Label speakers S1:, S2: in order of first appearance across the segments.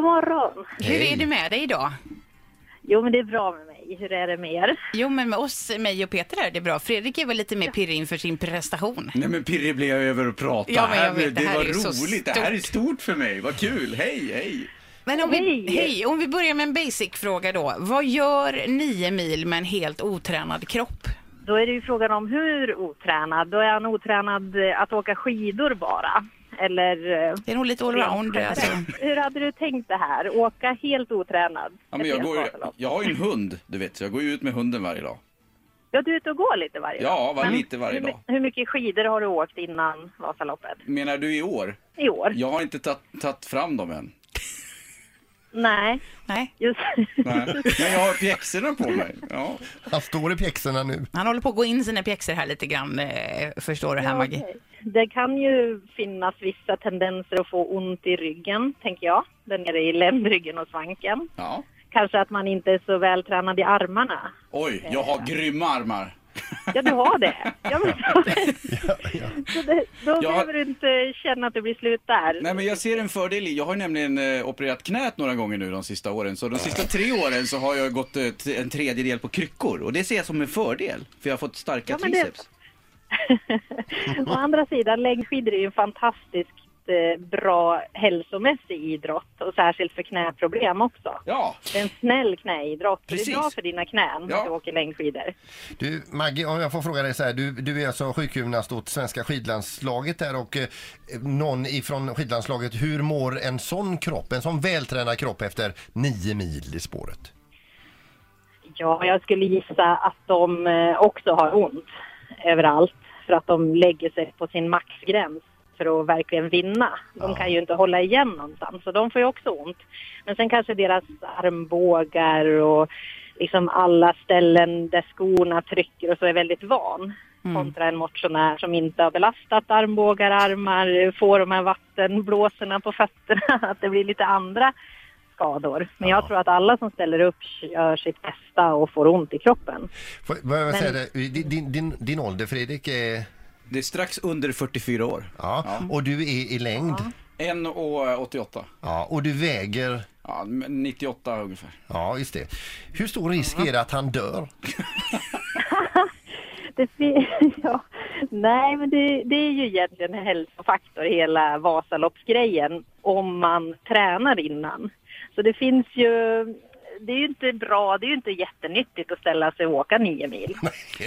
S1: morgon.
S2: Hur är det med dig idag?
S1: Jo, men det är bra med mig. Hur är det med er?
S2: Jo, men med oss, mig och Peter är det bra. Fredrik är väl lite mer pirrig inför sin prestation.
S3: Nej men pirrig blev jag över att prata.
S2: Ja, men jag
S3: Här blev-
S2: vet, det
S3: det,
S2: här
S3: var
S2: är ju så
S3: roligt. Det här är stort för mig. Vad kul. Hej, hej.
S2: Men om vi,
S1: Hej.
S2: hej, om vi börjar med en basic-fråga då. Vad gör nio mil med en helt otränad kropp?
S1: Då är det ju frågan om hur otränad. Då är han otränad eh, att åka skidor bara. Eller eh,
S2: Det är nog lite allround. Alltså.
S1: hur hade du tänkt det här? Åka helt otränad?
S3: Ja, men jag,
S1: Ett
S3: går, ju-
S1: helstart.
S3: jag har ju en hund, du vet, så jag går ju ut med hunden varje dag.
S1: Ja, du är ute och går lite varje dag.
S3: Ja, var
S1: Men
S3: lite varje
S1: hur, my-
S3: dag.
S1: Hur mycket skidor har du åkt innan Vasaloppet?
S3: Menar du i år?
S1: I år?
S3: Jag har inte tagit- tagit fram dem än.
S1: Nej,
S2: Nej,
S1: just
S3: Nej. Men jag har pjäxorna på mig. Ja.
S4: Han står i pjäxorna nu.
S2: han håller på att gå in sina pjäxor här lite grann, eh, förstår du här Maggie.
S1: Okej. Det kan ju finnas vissa tendenser att få ont i ryggen, tänker jag. Där nere i ländryggen och svanken.
S3: ja.
S1: Kanske att man inte är så vältränad i armarna.
S3: Oj, jag har grymma armar.
S1: Ja, du har det. Ja, men så, så det då
S3: Jag har-
S1: behöver du inte känna att det blir slut där.
S3: Nej, men jag ser en fördel i, jag har ju nämligen eh, opererat knät några gånger nu de sista åren. Så de sista tre åren så har jag gått eh, t- en tredjedel på kryckor. Och det ser jag som en fördel, för jag har fått starka
S1: Ja, men det-
S3: triceps.
S1: Å andra sidan, längdskidor är ju en fantastiskt eh, bra hälsomässig idrott och särskilt för knäproblem också.
S3: Ja,
S1: Det är en snäll knäidrott. så Det
S3: Precis.
S1: är bra för dina knän
S3: Ja.
S1: att du åker längdskidor.
S4: Du, Maggie, om jag får fråga dig så här. Du, du är alltså sjukgymnast åt svenska skidlandslaget där och eh, någon ifrån skidlandslaget. Hur mår en sån kropp, en sån vältränad kropp efter nio mil i spåret?
S1: Ja, jag skulle gissa att de eh, också har ont överallt för att de lägger sig på sin maxgräns för att verkligen vinna. De kan ju inte hålla igen någonstans, så de får ju också ont. Men sen kanske deras armbågar och liksom alla ställen där skorna trycker och så är väldigt van kontra en motionär som inte har belastat armbågar, armar, får de här vattenblåsorna på fötterna, att det blir lite andra skador. Men jag tror att alla som ställer upp gör sitt bästa och får ont i kroppen.
S4: Får, vad jag säga det? Din, din, din, din ålder Fredrik är...
S3: det är strax under 44 år.
S4: Ja, och du är i längd. Ja.
S3: 1,88.
S4: och du väger...
S3: Ja, men 98 ungefär.
S4: Ja, just det. Hur stor risk är det att han dör?
S1: Det fi- ja. Nej, men det, det är ju egentligen en hälsofaktor, hela Vasaloppsgrejen, om man tränar innan. Så det finns ju... Det är ju inte bra, det är ju inte jättenyttigt att ställa sig och åka nio mil.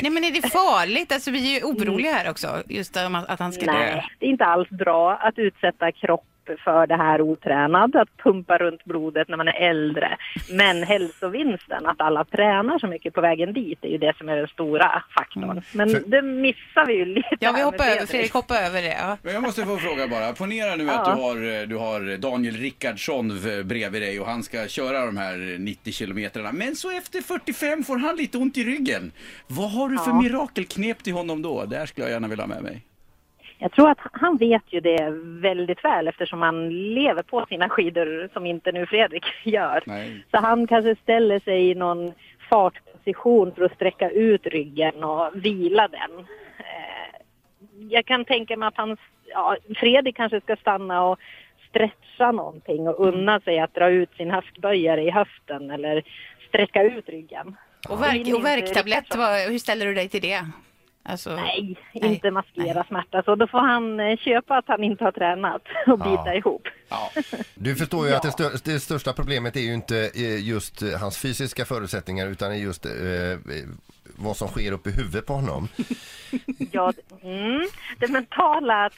S2: Nej, men är det farligt? Alltså, vi är ju oroliga här också, just om att att han ska dö.
S1: Mm. Nej, det är inte alls bra att utsätta kropp för det här otränad, att pumpa runt blodet när man är äldre. Men hälsovinsten, att alla tränar så mycket på vägen dit, är ju det som är den stora faktorn. Men
S4: För-
S1: det missar vi ju lite.
S2: Ja, vi
S1: här med
S2: hoppar över, Fredrik, hoppa över det. Ja.
S3: Men jag måste få fråga bara. Ponera nu att du har, eh, du har Daniel Rickardsson v- bredvid dig och han ska köra de här 90 kilometrarna. Men så efter 45 får han lite ont i ryggen. Vad har du för mirakelknep till honom då? Det här skulle jag gärna vilja ha med mig.
S1: Jag tror att han vet ju det väldigt väl eftersom han lever på sina skidor som inte nu Fredrik gör.
S3: Nej.
S1: Så han kanske ställer sig i någon fartposition för att sträcka ut ryggen och vila den. Eh, Jag kan tänka mig att han, ja, Fredrik kanske ska stanna och stretcha någonting och unna sig att dra ut sin höftböjare i höften eller sträcka ut ryggen.
S2: Och,
S1: Det är
S2: verk,
S1: inte
S2: och värktablett,
S1: Rickardsson.
S2: vad, hur ställer du dig till det? Alltså,
S1: Nej,
S2: Nej.
S1: inte maskera smärta. Så då får han eh, köpa att han inte har tränat och bita ihop.
S3: Ja.
S4: Du förstår ju att det, stö- det största problemet är ju inte eh, just eh, hans fysiska förutsättningar utan är just eh, eh, vad som sker uppe i huvudet på honom.
S1: Ja, det- mm, det mentala...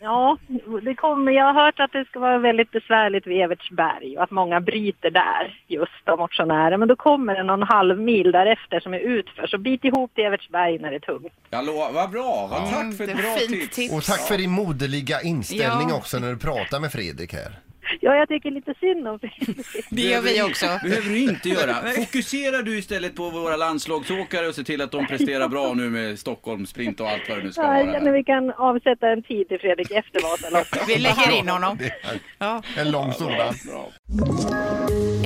S1: Ja, det kommer, jag har hört att det ska vara väldigt besvärligt vid Evertsberg och att många bryter där just av motionärer. Men då kommer det någon halv mil därefter som är utför. Så bit ihop till Evertsberg när det är tungt.
S3: Jag lovar, vad bra! Vad Tack för
S2: Mm, det
S3: ett
S2: är
S3: bra
S2: fint
S3: tips.
S2: tips.
S4: Och tack för din moderliga inställning
S2: Ja.
S4: också när du pratar med Fredrik här.
S1: Ja, jag tycker lite synd om Fredrik.
S2: Det gör vi också.
S3: behöver du inte göra. Fokuserar du istället på våra landslagsåkare och se till att de presterar bra nu med Stockholm, sprint och allt vad det nu ska
S1: Ja, jag känner
S3: vara.
S1: vi kan avsätta en tid till Fredrik efter Vasaloppet.
S2: Vi lägger in honom. Ja.
S4: En lång sådan.
S3: Bra.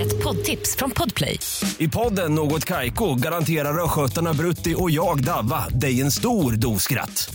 S5: Ett poddtips från Podplay.
S6: I podden Något Kaiko garanterar östgötarna Brutti och jag, Davva, dig en stor dos skratt.